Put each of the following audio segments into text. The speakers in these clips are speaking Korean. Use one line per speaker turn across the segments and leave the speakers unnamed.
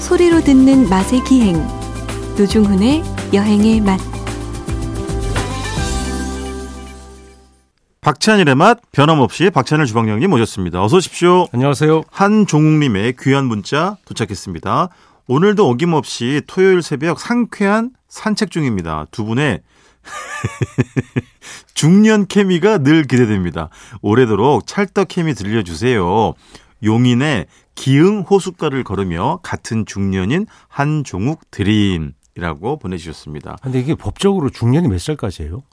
소리로 듣는 맛의 기행 노중훈의 여행의 맛
박찬일의 맛 변함없이 박찬일 주방장님 모셨습니다. 어서 오십시오.
안녕하세요. 아,
한종욱님의 귀한 문자 도착했습니다. 오늘도 어김없이 토요일 새벽 상쾌한 산책 중입니다. 두 분의 중년 케미가 늘 기대됩니다. 오래도록 찰떡 케미 들려주세요. 용인의 기흥 호숫가를 걸으며 같은 중년인 한종욱 드림이라고 보내주셨습니다.
근데 이게 법적으로 중년이 몇 살까지예요?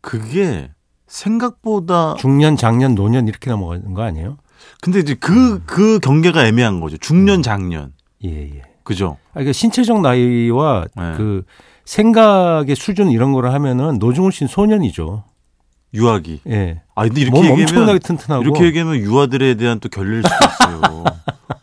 그게 생각보다
중년, 장년, 노년 이렇게 넘어가는 거 아니에요?
근데 이제 그, 그 경계가 애매한 거죠. 중년, 장년.
예, 예.
그죠?
아, 그러니까 신체적 나이와
네.
그 생각의 수준 이런 거를 하면은 노중훈 씨는 소년이죠.
유아기.
예.
아, 근데 이렇게
몸
얘기하면,
엄청나게 튼튼하고
이렇게 얘기하면 유아들에 대한 또 결례일 수도 있어요.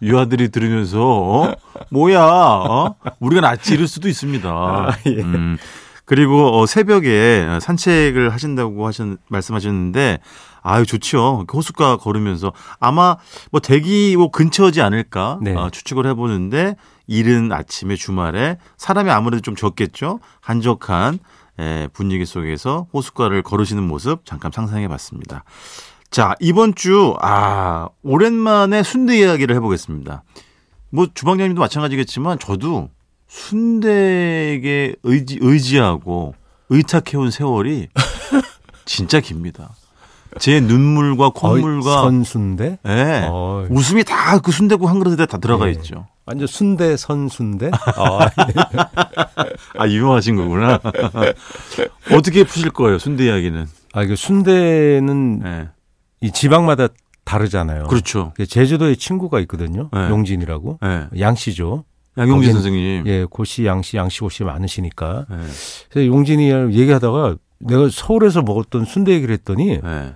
유아들이 들으면서, 어? 뭐야, 어? 우리가 낯이 이럴 수도 있습니다.
아, 예.
음. 그리고 어, 새벽에 산책을 하신다고 하신, 말씀하셨는데, 아유, 좋죠. 호숫가 걸으면서 아마 뭐 대기 뭐 근처지 않을까
네.
아, 추측을 해보는데 이른 아침에 주말에 사람이 아무래도 좀 적겠죠. 한적한 에, 분위기 속에서 호숫가를 걸으시는 모습 잠깐 상상해봤습니다. 자 이번 주 아 오랜만에 순대 이야기를 해보겠습니다. 뭐 주방장님도 마찬가지겠지만 저도 순대에게 의지, 의지하고 의탁해온 세월이 진짜 깁니다. 제 눈물과
거의
콧물과
선순대?
예.
어이.
웃음이 다 그 순대국 한 그릇에 다 들어가
예.
있죠.
완전 순대 선순대? 아, 예.
아, 유명하신 거구나. 어떻게 푸실 거예요, 순대 이야기는?
아, 이거 순대는
예.
이 지방마다 다르잖아요.
그렇죠.
그 제주도에 친구가 있거든요.
네.
용진이라고.
예.
양씨죠.
양용진
거긴-
선생님.
예, 고씨, 양씨, 양씨, 고씨 많으시니까.
예.
그래서 용진이랑 얘기하다가 내가 서울에서 먹었던 순대 얘기를 했더니
예.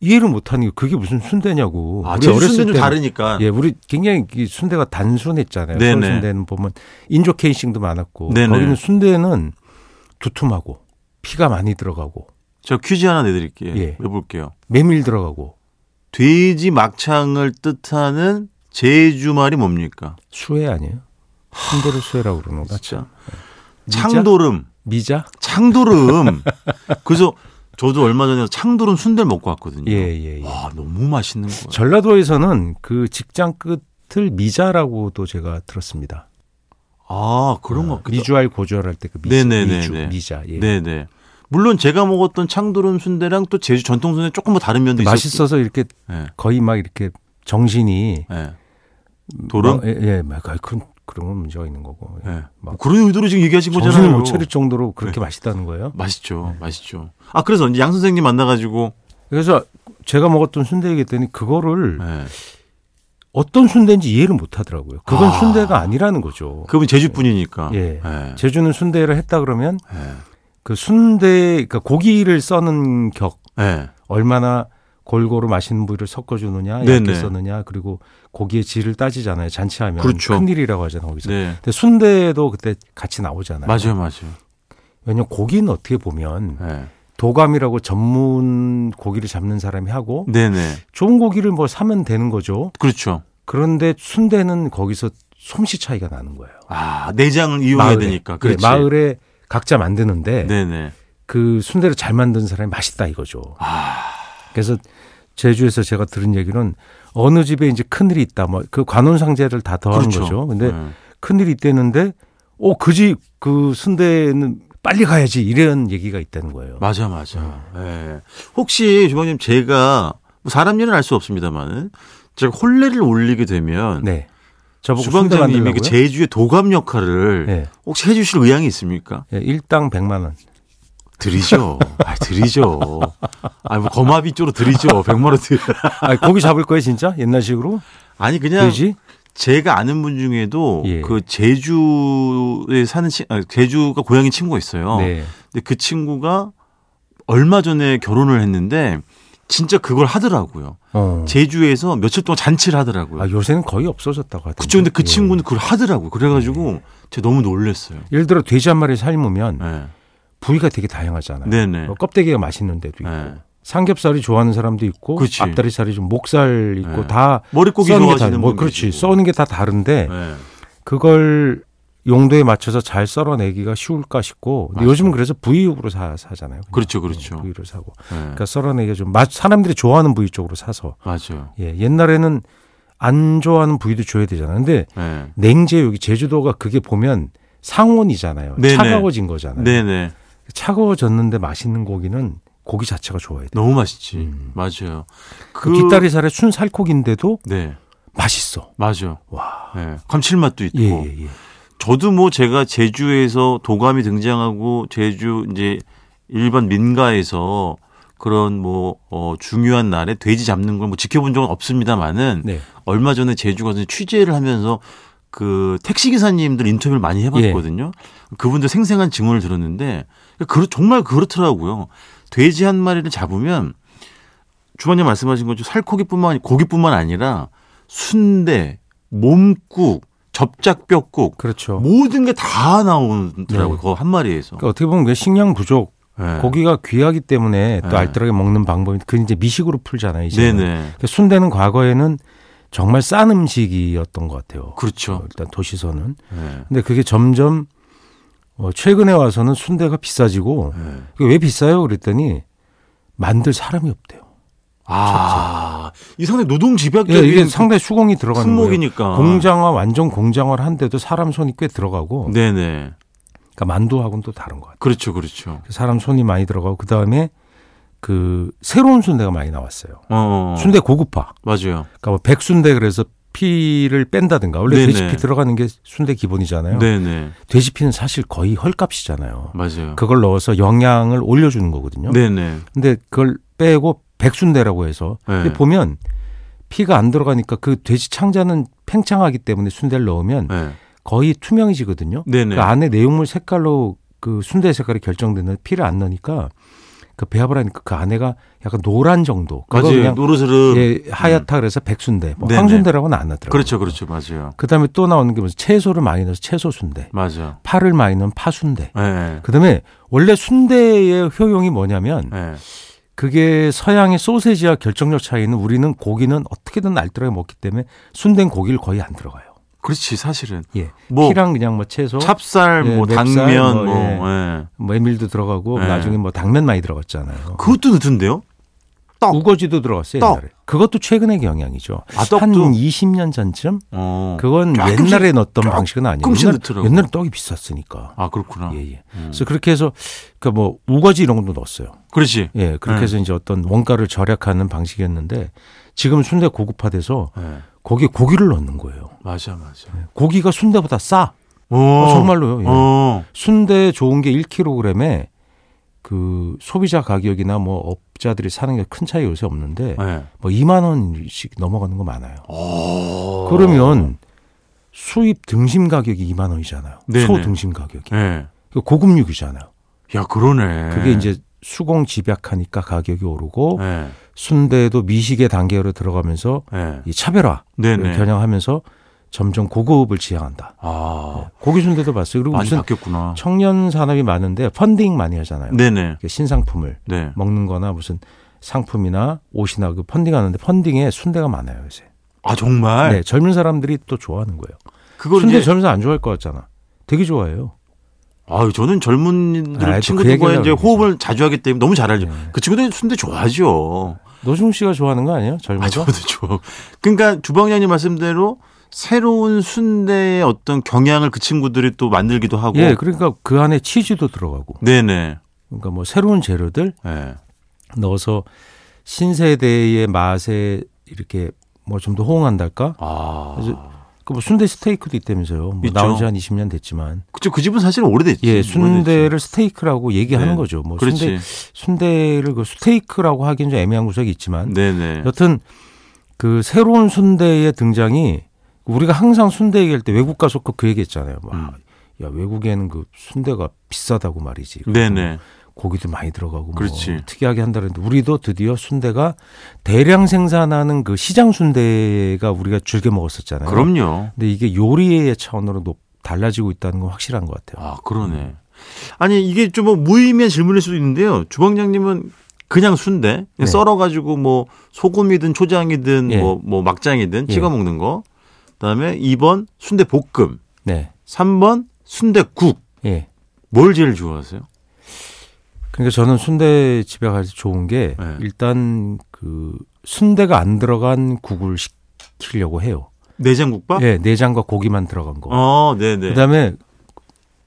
이해를 못하는 게 그게 무슨 순대냐고.
아,
뭐 우리
제주
어렸을
순대는 좀
때는-
다르니까.
예, 우리 굉장히 이 순대가 단순했잖아요.
네네.
서울 순대는 보면 인조케이싱도 많았고
네네.
거기는 순대는 두툼하고 피가 많이 들어가고
저 퀴즈 하나 내드릴게요.
예.
해볼게요.
메밀 들어가고
돼지 막창을 뜻하는 제주말이 뭡니까?
수회 아니에요? 순대를 수회라고 그러는 거.
진짜.
미자?
창도름.
미자?
창도름. 그래서 저도 얼마 전에 창도름 순대를 먹고 왔거든요.
예, 예, 예.
와, 너무 맛있는 거예요.
전라도에서는 그 직장 끝을 미자라고도 제가 들었습니다.
아, 그런 거. 같기도
미주알 고주알 할 때 그 미자,
네네네네.
미주, 미자. 예.
네네. 물론 제가 먹었던 창도름 순대랑 또 제주 전통 순대 조금 뭐 다른 면도 있었고.
맛있어서 이렇게
예.
거의 막 이렇게 정신이
예. 도름.
막, 예, 예, 막 그런 그런 건 문제가 있는 거고.
예. 뭐
막
그런 의도로 네. 지금 얘기하신
정신을
거잖아요.
못 차릴 정도로 그렇게 맛있다는 거예요.
맛있죠, 맛있죠. 아 그래서 이제 양 선생님 만나가지고
그래서 제가 먹었던 순대 얘기했더니 그거를
예.
어떤 순대인지 이해를 못 하더라고요. 그건
아.
순대가 아니라는 거죠.
그분 네. 제주 분이니까.
예. 제주는 순대를 했다 그러면
예.
그 순대 그러니까 고기를 써는 격
예.
얼마나 골고루 맛있는 부위를 섞어주느냐,
네네.
얇게 써느냐, 그리고 고기의 질을 따지잖아요. 잔치하면
그렇죠.
큰일이라고 하잖아요. 거기서.
네.
근데 순대도 그때 같이 나오잖아요.
맞아요, 맞아요.
왜냐면 고기는 어떻게 보면
예.
도감이라고 전문 고기를 잡는 사람이 하고
네네.
좋은 고기를 뭐 사면 되는 거죠.
그렇죠.
그런데 순대는 거기서 솜씨 차이가 나는 거예요.
아 내장을 이용해야
마을에.
되니까.
네,
그렇지.
마을에 각자 만드는데
네네.
그 순대를 잘 만든 사람이 맛있다 이거죠.
아.
그래서 제주에서 제가 들은 얘기는 어느 집에 이제 큰일이 있다. 뭐 그 관혼상제를 다 더하는
그렇죠.
거죠. 근데
예.
큰일이 있다는데 어, 그 집 그 순대는 빨리 가야지 이런 얘기가 있다는 거예요.
맞아, 맞아. 예. 혹시 주방님 제가 뭐 사람 일은 알 수 없습니다만 제가 혼례를 올리게 되면
네. 저보고 순대
주방장님이 그
만들라고요?
제주의 도감 역할을
네.
혹시 해주실 의향이 있습니까?
예, 일당 100만 원.
드리죠. 아, 드리죠. 아, 뭐 거마비 쪽으로 드리죠. 백만 원 드리.
아, 고기 잡을 거예요, 진짜? 옛날식으로?
아니 그냥
돼지?
제가 아는 분 중에도
예.
그 제주에 사는 친, 아, 제주가 고향인 친구가 있어요.
네.
근데 그 친구가 얼마 전에 결혼을 했는데 진짜 그걸 하더라고요.
어.
제주에서 며칠 동안 잔치를 하더라고요.
아, 요새는 거의 없어졌다고 하던데.
그쵸. 근데 그
예.
친구는 그걸 하더라고요. 그래가지고 제가 너무 놀랐어요.
예를 들어 돼지 한 마리 삶으면
네.
부위가 되게 다양하잖아요.
네네.
뭐 껍데기가 맛있는 데도 있고
네.
삼겹살이 좋아하는 사람도 있고
그치.
앞다리살이 좀 목살 있고
네.
다
머릿고기
써는 게
좋아하시는
다, 그 뭐
분도
그렇지
계시고.
써는 게 다 다른데
네.
그걸 용도에 맞춰서 잘 썰어내기가 쉬울까 싶고 근데
맞아요.
요즘은 그래서 부위육으로 사, 사잖아요. 그냥.
그렇죠, 그렇죠.
예, 부위를 사고
네.
그러니까 썰어내기가 좀 맛- 사람들이 좋아하는 부위 쪽으로 사서
맞아요.
예, 옛날에는 안 좋아하는 부위도 줘야 되잖아요. 근데
네.
냉제 여기 제주도가 그게 보면 상온이잖아요.
네네.
차가워진 거잖아요.
네네.
차가워졌는데 맛있는 고기는 고기 자체가 좋아야 돼요.
너무 맛있지.
음.
맞아요.
그 뒷다리살에 순살코기인데도
네.
맛있어.
맞아요.
와.
네. 감칠맛도 있고.
예, 예, 예.
저도 뭐 제가 제주에서 도감이 등장하고 제주 이제 일반 민가에서 그런 뭐 어, 중요한 날에 돼지 잡는 걸 뭐 지켜본 적은 없습니다만은
네.
얼마 전에 제주 가서 취재를 하면서 그 택시 기사님들 인터뷰를 많이 해봤거든요.
예.
그분들 생생한 증언을 들었는데 그 정말 그렇더라고요. 돼지 한 마리를 잡으면 주방님 말씀하신 것처럼 살코기뿐만 아니 고기뿐만 아니라 순대, 몸국, 접짝뼈국
그렇죠.
모든 게 다 나오더라고요.
네.
그 한 마리에서.
그러니까 어떻게 보면 그게 식량 부족,
네.
고기가 귀하기 때문에 또
네.
알뜰하게 먹는 방법이 그 이제 미식으로 풀잖아요. 이제
네네.
그 순대는 과거에는 정말 싼 음식이었던 것 같아요. 어,
그렇죠.
일단 도시서는.
네.
근데 그게 예. 점점 어, 최근에 와서는 순대가 비싸지고
네.
그게 왜 비싸요? 그랬더니 만들 사람이 없대요.
아, 이 상당히 노동
예,
집약적인
이게 상당히 수공이 들어가는 거예요.
품목이니까.
공장화 완전 공장화를 한데도 사람 손이 꽤 들어가고
네네.
그러니까 만두하고는 또 다른 것 같아요.
그렇죠, 그렇죠.
사람 손이 많이 들어가고 그 다음에 그 새로운 순대가 많이 나왔어요.
어, 어.
순대 고급화.
맞아요.
그러니까 뭐 백순대 그래서 피를 뺀다든가 원래
네네.
돼지피 들어가는 게 순대 기본이잖아요.
네네.
돼지피는 사실 거의 헐값이잖아요.
맞아요.
그걸 넣어서 영양을 올려주는 거거든요.
음. 네네.
근데 그걸 빼고 백순대라고 해서
네.
근데 보면 피가 안 들어가니까 그 돼지 창자는 팽창하기 때문에 순대를 넣으면
네.
거의 투명해지거든요.
네네.
그 안에 내용물 색깔로 그 순대 색깔이 결정되는 피를 안 넣으니까 그 배합을 하니까 그 안에가 약간 노란 정도. 그거
맞아요.
그냥
노르스름.
예, 하얗다 그래서 백순대, 뭐
음. 네네.
황순대라고는 안 하더라고요.
그렇죠, 그렇죠. 맞아요.
그다음에 또 나오는 게 뭐죠? 채소를 많이 넣어서 채소 순대,
맞아.
파를 많이 넣은 파순대.
예.
그다음에 원래 순대의 효용이 뭐냐면
예.
그게 서양의 소세지와 결정적 차이는 우리는 고기는 어떻게든 알뜰하게 먹기 때문에 순대는 고기를 거의 안 들어가요.
그렇지, 사실은.
예,
뭐
피랑 그냥 뭐 채소,
찹쌀,
예,
뭐,
맵쌀,
당면,
뭐,
뭐,
예.
예.
뭐 메밀도 들어가고
예.
나중에 뭐 당면 많이 들어갔잖아요.
그것도 넣던데요? 떡.
우거지도 들어갔어요.
떡.
옛날에. 그것도 최근의 경향이죠.
아,
한
떡도.
20년 전쯤
어.
그건
조금씩,
옛날에 넣었던 방식은 아니에요.
조금씩
옛날,
넣더라고요.
옛날에 떡이 비쌌으니까.
아, 그렇구나.
예, 예.
음.
그래서 그렇게 해서 그 뭐 우거지 이런 것도 넣었어요.
그렇지.
예, 그렇게
네.
해서 이제 어떤 원가를 절약하는 방식이었는데 지금 순대 고급화돼서
예.
거기에 고기를 넣는 거예요.
맞아, 맞아.
고기가 순대보다 싸.
오.
어, 정말로요. 예.
어.
순대 좋은 게 1kg에 그 소비자 가격이나 뭐 업자들이 사는 게 큰 차이 요새 없는데
예.
뭐 2만 원씩 넘어가는 거 많아요.
어.
그러면 수입 등심 가격이 2만 원이잖아요.
네네.
소 등심 가격이.
예.
그 고급육이잖아요.
야, 그러네.
그게 이제 수공 집약하니까 가격이 오르고
예.
순대도 미식의 단계로 들어가면서
예.
이 차별화
네네.
겨냥하면서 점점 고급을 지향한다.
아.
고기 순대도 봤어요. 예. 그리고
많이
무슨
바뀌었구나.
청년 산업이 많은데 펀딩 많이 하잖아요.
네네.
이렇게 신상품을
네.
먹는거나 무슨 상품이나 옷이나 그 펀딩하는데 펀딩에 순대가 많아요 요새.
아 정말.
네, 젊은 사람들이 또 좋아하는 거예요.
그걸
순대
이제
젊은 사람 안 좋아할 것 같잖아. 되게 좋아해요.
아 저는 젊은이들
아이, 그
친구들과
얘기를
이제
하고
호흡을 자주 하기 때문에 너무 잘 알죠.
네.
그 친구들 순대 좋아하죠.
노중 씨가 좋아하는 거 아니에요? 젊은
아
거?
저도 좋아. 그러니까 주방장님 말씀대로 새로운 순대의 어떤 경향을 그 친구들이 또 만들기도 하고.
예, 그러니까 그 안에 치즈도 들어가고,
네네.
그러니까 뭐 새로운 재료들
예.
넣어서 신세대의 맛에 이렇게 뭐 좀 더 호응한달까?
아.
그래서 그 뭐 순대 스테이크도 있다면서요. 뭐
있죠.
나온 지 한 20년 됐지만.
그쵸 그 집은 사실 오래됐지.
예,
오래됐지.
순대를 스테이크라고 얘기하는
네,
거죠. 뭐
그렇지.
순대 순대를 그 스테이크라고 하긴 좀 애매한 구석이 있지만
네네.
여튼 그 새로운 순대의 등장이 우리가 항상 순대 얘기할 때 외국 가서 그, 그 얘기했잖아요. 뭐, 아,
음.
야 외국에는 그 순대가 비싸다고 말이지.
네네.
고기도 많이 들어가고 뭐
그렇지.
특이하게 한다는데 우리도 드디어 순대가 대량 생산하는 그 시장 순대가 우리가 즐겨 먹었었잖아요.
그럼요.
근데 이게 요리의 차원으로 높, 달라지고 있다는 건 확실한 것 같아요.
아 그러네. 아니 이게 좀뭐 무의미한 질문일 수도 있는데요. 주방장님은 그냥 순대 그냥
네.
썰어가지고 뭐 소금이든 초장이든
예.
뭐, 뭐 막장이든
예.
찍어 먹는 거. 그다음에 2번 순대 볶음.
네.
3번 순대국.
예.
뭘 제일 좋아하세요?
그러니까 저는 순대 집에 가서 좋은 게
네.
일단 그 순대가 안 들어간 국을 시키려고 해요.
내장국밥?
예, 내장과 고기만 들어간 거.
어, 네, 네.
그다음에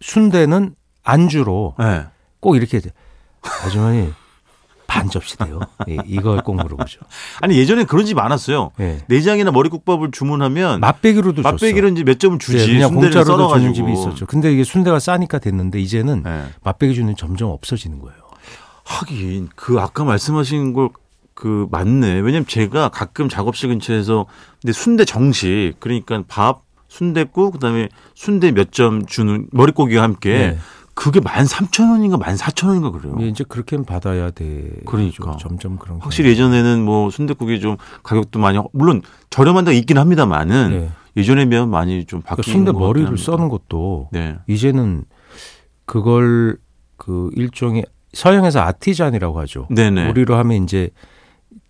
순대는 안주로
네.
꼭 이렇게 이제 아주머니 반 접시 돼요. 예, 이걸 꼭 물어보죠.
아니 예전에 그런 집 많았어요.
예.
내장이나 머리국밥을 주문하면
맛배기로도 줬어.
맛배기로 이제 몇 점을 주지.
예, 그냥
순대를
공짜로도
썰어가지고.
주는 집이 있었죠. 근데 이게 순대가 싸니까 됐는데 이제는
네.
맛배기 주는 점점 없어지는 거예요.
하긴 그 아까 말씀하신 걸 그 맞네. 왜냐면 제가 가끔 작업실 근처에서 근데 순대 정식 그러니까 밥 순대국 그다음에 순대 몇 점 주는 머릿고기와 함께
네.
그게 13,000원인가 14,000원인가 그래요.
예, 이제 그렇게는 받아야 돼.
어. 그러니까.
점점 그런
확실히 예전에는 뭐 순대국이 좀 가격도 많이 물론 저렴한 데가 있긴 합니다만은
예.
예전에 비하면 많이 좀
그러니까
바뀌는
순대
것 같긴
머리를
합니다.
써는 것도
네.
이제는 그걸 그 일종의 서양에서 아티잔이라고 하죠.
네네.
우리로 하면 이제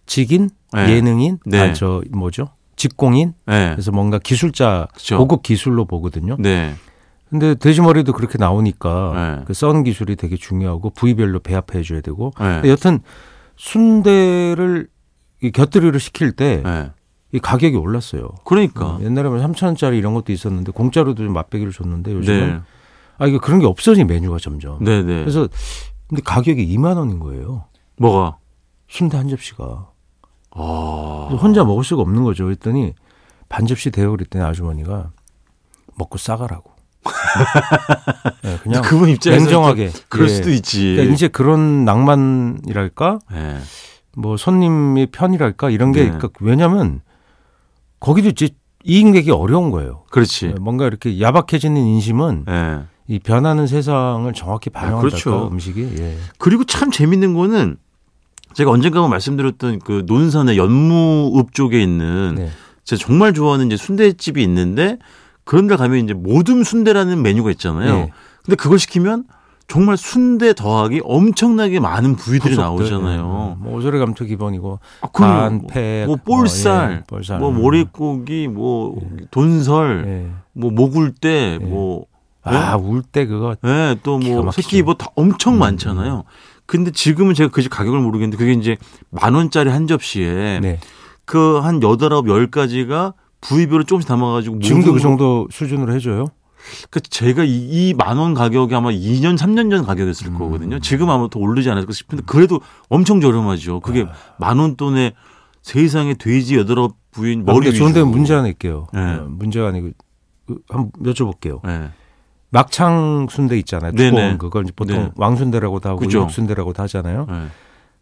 직인,
네.
예능인,
네.
아, 저 뭐죠? 직공인.
네.
그래서 뭔가 기술자
그쵸.
고급 기술로 보거든요.
네.
근데 돼지머리도 그렇게 나오니까
네.
그 써는 기술이 되게 중요하고 부위별로 배합해 줘야 되고.
네.
근데 여튼 순대를 이 곁들이를 시킬 때 이
네.
가격이 올랐어요.
그러니까.
옛날에 뭐 3천 원짜리 이런 것도 있었는데 공짜로도 좀 맛배기를 줬는데 요즘은
네.
아 이게 그런 게 없어진 메뉴가 점점.
네, 네.
그래서 근데 가격이 2만 원인 거예요.
뭐가?
순대 한 접시가
아.
그래서 혼자 먹을 수가 없는 거죠. 그랬더니 반 접시 대요 그랬더니 아주머니가 먹고 싸가라고. 네, 그냥
그분 입장에서
냉정하게.
그럴
예.
수도 있지.
그러니까 이제 그런 낭만이랄까,
예.
뭐 손님의 편이랄까 이런 게
네.
그러니까 왜냐하면 거기도 이제 이인객이 어려운 거예요.
그렇지.
뭔가 이렇게 야박해지는 인심은
예.
이 변하는 세상을 정확히 반영한다.
그렇죠.
음식이. 예.
그리고 참 재밌는 거는 제가 언젠가 말씀드렸던 그 논산의 연무읍 쪽에 있는
네.
제가 정말 좋아하는 이제 순대집이 있는데 그런 데 가면 이제 모둠 순대라는 메뉴가 있잖아요.
네.
근데 그걸 시키면 정말 순대 더하기 엄청나게 많은 부위들이 나오잖아요.
예. 뭐 오소리 감투 기본이고
아, 그럼요.
간, 팩,
뭐 볼살,
예, 볼살.
뭐 모래고기, 뭐 돈설,
예.
뭐 모굴대, 뭐
아, 울 때 그거
예, 또
기가
뭐
막히죠. 음.
새끼 뭐다 엄청 많잖아요. 근데 지금은 제가 그 가격을 모르겠는데 그게 이제 만 원짜리 한 접시에
네.
그 한 여덟 열 가지가 부위별로 조금씩 담아가지고
지금도 그
모든
정도 수준으로 해줘요.
그 제가 이 만 원 가격이 아마 2년 3년 전 가격이었을
음.
거거든요. 지금 아마 더 오르지 않을까 싶은데 그래도 엄청 저렴하죠. 그게
아.
만 원 돈에 세상에 돼지 여덟 부위 머리
머리
위주.
아, 좋은데 문제 하나 낼게요.
네.
어, 문제가 아니고 그, 한번 여쭤볼게요.
예.
막창 순대 있잖아요.
네네.
두꺼운 그걸 이제 보통
네.
왕순대라고도 하고
그죠.
육순대라고도 하잖아요.
예.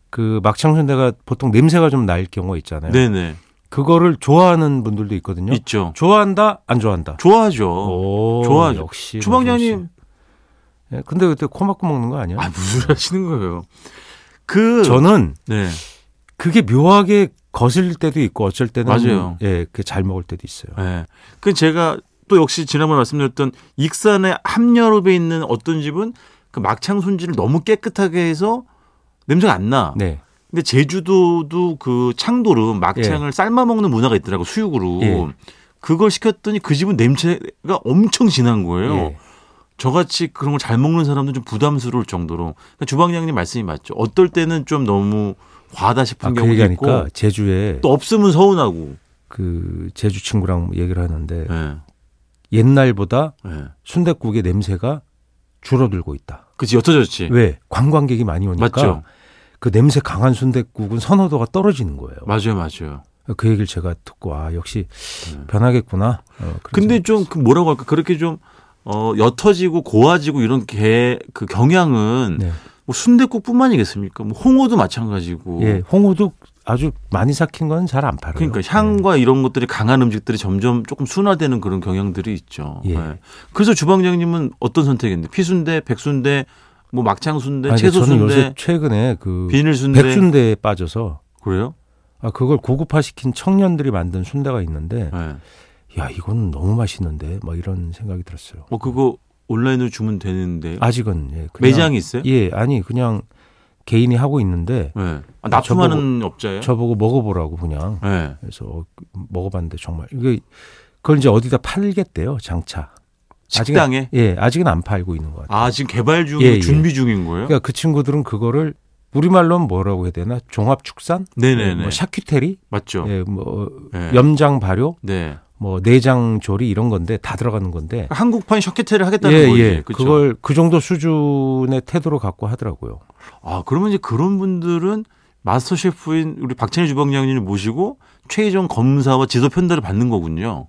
그 막창 순대가 보통 냄새가 좀 날 경우가 있잖아요.
네네
그거를 좋아하는 분들도 있거든요.
있죠.
좋아한다, 안 좋아한다. 어,
좋아하죠.
오,
어, 좋아하죠.
역시 어, 뭐
주방장님
예, 근데 그때 코 막고 먹는 거 아니야?
아 무슨 하시는 거예요? 그
저는
네.
그게 묘하게 거슬릴 때도 있고 어쩔 때는
맞아요.
예, 그잘 먹을 때도 있어요.
예. 그 제가 또 역시 지난번에 말씀드렸던 익산의 함녀읍에 있는 어떤 집은 그 막창 손질을 너무 깨끗하게 해서 냄새가 안 나.
네.
근데 제주도도 그 창도름 막창을 삶아 먹는 문화가 있더라고 수육으로.
예.
그걸 시켰더니 그 집은 냄새가 엄청 진한 거예요.
예.
저같이 그런 걸 잘 먹는 사람도 좀 부담스러울 정도로. 그러니까 주방장님 말씀이 맞죠. 어떨 때는 좀 너무 과하다 싶은
아, 그
경우도
얘기하니까
있고
제주에
또 없으면 서운하고.
그 제주 친구랑 얘기를 하는데
예.
옛날보다
예.
순댓국의 냄새가 줄어들고 있다.
그치 옅어졌지.
왜? 관광객이 많이 오니까
네. 맞죠.
그 냄새 강한 순댓국은 선호도가 떨어지는 거예요.
맞아요, 맞아요.
그 얘기를 제가 듣고 아 역시 변하겠구나. 어, 그런
네. 근데
생각.
좀 그 뭐라고 할까 그렇게 좀 어, 옅어지고 고와지고 이런 개 그 경향은
네.
뭐 순대국뿐만이겠습니까? 뭐 홍어도 마찬가지고.
예, 홍어도 아주 많이 삭힌 건 잘 안 팔아요.
그러니까
네.
향과 이런 것들이 강한 음식들이 점점 조금 순화되는 그런 경향들이 있죠.
예.
그래서 주방장님은 어떤 선택인데 피순대, 백순대, 뭐 막창순대,
아니, 근데 저는 요새
채소순대,
최근에 그
비닐순대
백순대에 빠져서
그래요?
아 그걸 고급화 시킨 청년들이 만든 순대가 있는데
예.
야 이건 너무 맛있는데 막 이런 생각이 들었어요.
뭐 그거 온라인으로 주문 되는데
아직은 예, 그냥-
매장이 있어요?
예 아니 그냥 개인이 하고 있는데
예. 아, 납품하는 업자예요?
저보고 먹어보라고 그냥
예.
그래서 어, 먹어봤는데 정말 이게 그걸 이제 어디다 팔겠대요 장차
식당에? 네.
아직은, 예, 아직은 안 팔고 있는 것 같아요.
아 지금 개발 중이고
예, 예.
준비 중인 거예요?
그러니까 그 친구들은 그거를 우리말로는 뭐라고 해야 되나? 종합축산?
네네네.
뭐 샤큐테리?
맞죠.
예, 뭐
예.
염장 발효?
네.
뭐 내장 조리 이런 건데 다 들어가는 건데.
그러니까 한국판 셔케테를 하겠다는 거지. 예, 그쵸?
걸그 정도 수준의 태도로 갖고 하더라고요.
아 그러면 이제 그런 분들은 마스터 셰프인 우리 박찬희 주방장님을 모시고 최종 검사와 지도 편달을 받는 거군요.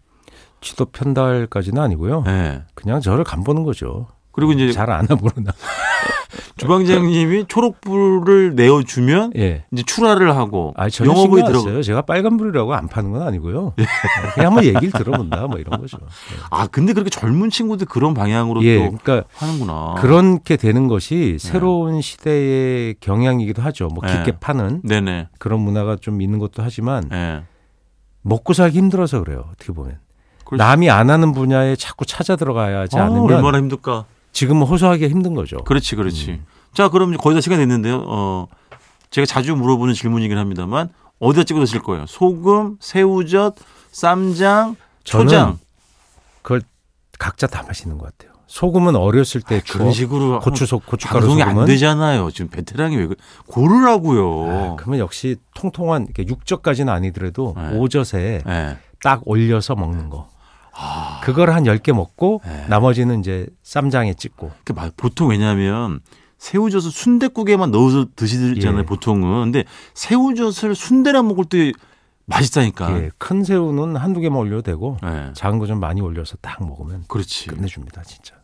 지도 편달까지는 아니고요.
네.
그냥 저를 간보는 거죠.
그리고 이제
잘 안 아무나.
주방장님이 초록불을 내어주면
예.
이제 출하를 하고
아, 전혀
영업에
신경
들어. 예.
안 써요. 제가 빨간불이라고 안 파는 건 아니고요. 그냥 한번 얘기를 들어본다, 뭐 이런 거죠.
아 근데 그렇게 젊은 친구들 그런 방향으로
예,
또
그러니까
하는구나.
그렇게 되는 것이 새로운 시대의 경향이기도 하죠. 뭐
네.
깊게 파는
네네.
그런 문화가 좀 있는 것도 하지만
예.
먹고 살기 힘들어서 그래요. 어떻게 보면
그렇죠.
남이 안 하는 분야에 자꾸 찾아 들어가야지
아,
않으면
얼마나 힘들까.
지금은 호소하기가 힘든 거죠.
그렇지, 그렇지.
음.
자, 그럼 이제 거의 다 시간 됐는데요. 어, 제가 자주 물어보는 질문이긴 합니다만 어디다 찍어 드실 거예요? 소금, 새우젓, 쌈장,
저는
초장.
그걸 각자 다 마시는 것 같아요. 소금은 어렸을 때 주로
아, 그런 식으로
고추 소 고춧가루
방송이
소금은
안 되잖아요. 지금 베테랑이 왜 그- 고르라고요.
아, 그러면 역시 통통한 이렇게 육젓까지는 아니더라도
네.
오젓에
예.
딱 올려서 먹는 거. 그걸 한 10개 먹고
아. 네.
나머지는 이제 쌈장에 찍고.
그 마- 보통 왜냐하면 새우젓을 순대국에만 넣어서 드시잖아요.
예.
보통은. 근데 새우젓을 순대랑 먹을 때 맛있다니까.
예, 큰 새우는 한두 개만 올려도 되고
예.
작은 거 좀 많이 올려서 딱 먹으면
그렇지.
끝내줍니다, 진짜.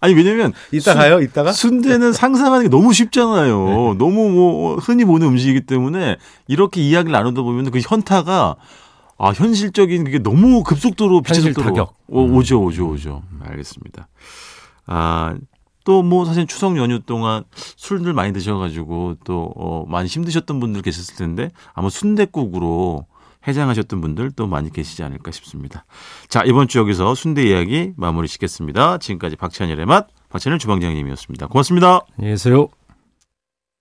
아니 왜냐면
이따가?
순대는 상상하는 게 너무 쉽잖아요. 너무 뭐 흔히 보는 음식이기 때문에 이렇게 이야기를 나누다 보면 그 현타가 아 현실적인 그게 너무 급속도로 빛의
현실
속도로
타격. 음.
오, 오죠 오죠 오죠. 알겠습니다. 아 또 뭐 사실 추석 연휴 동안 술들 많이 드셔가지고 또 어, 많이 힘드셨던 분들 계셨을 텐데 아마 순대국으로 해장하셨던 분들 또 많이 계시지 않을까 싶습니다. 자 이번 주 여기서 순대 이야기 마무리 짓겠습니다. 지금까지 박찬일의 맛 박찬일 주방장님이었습니다. 고맙습니다.
안녕히 계세요.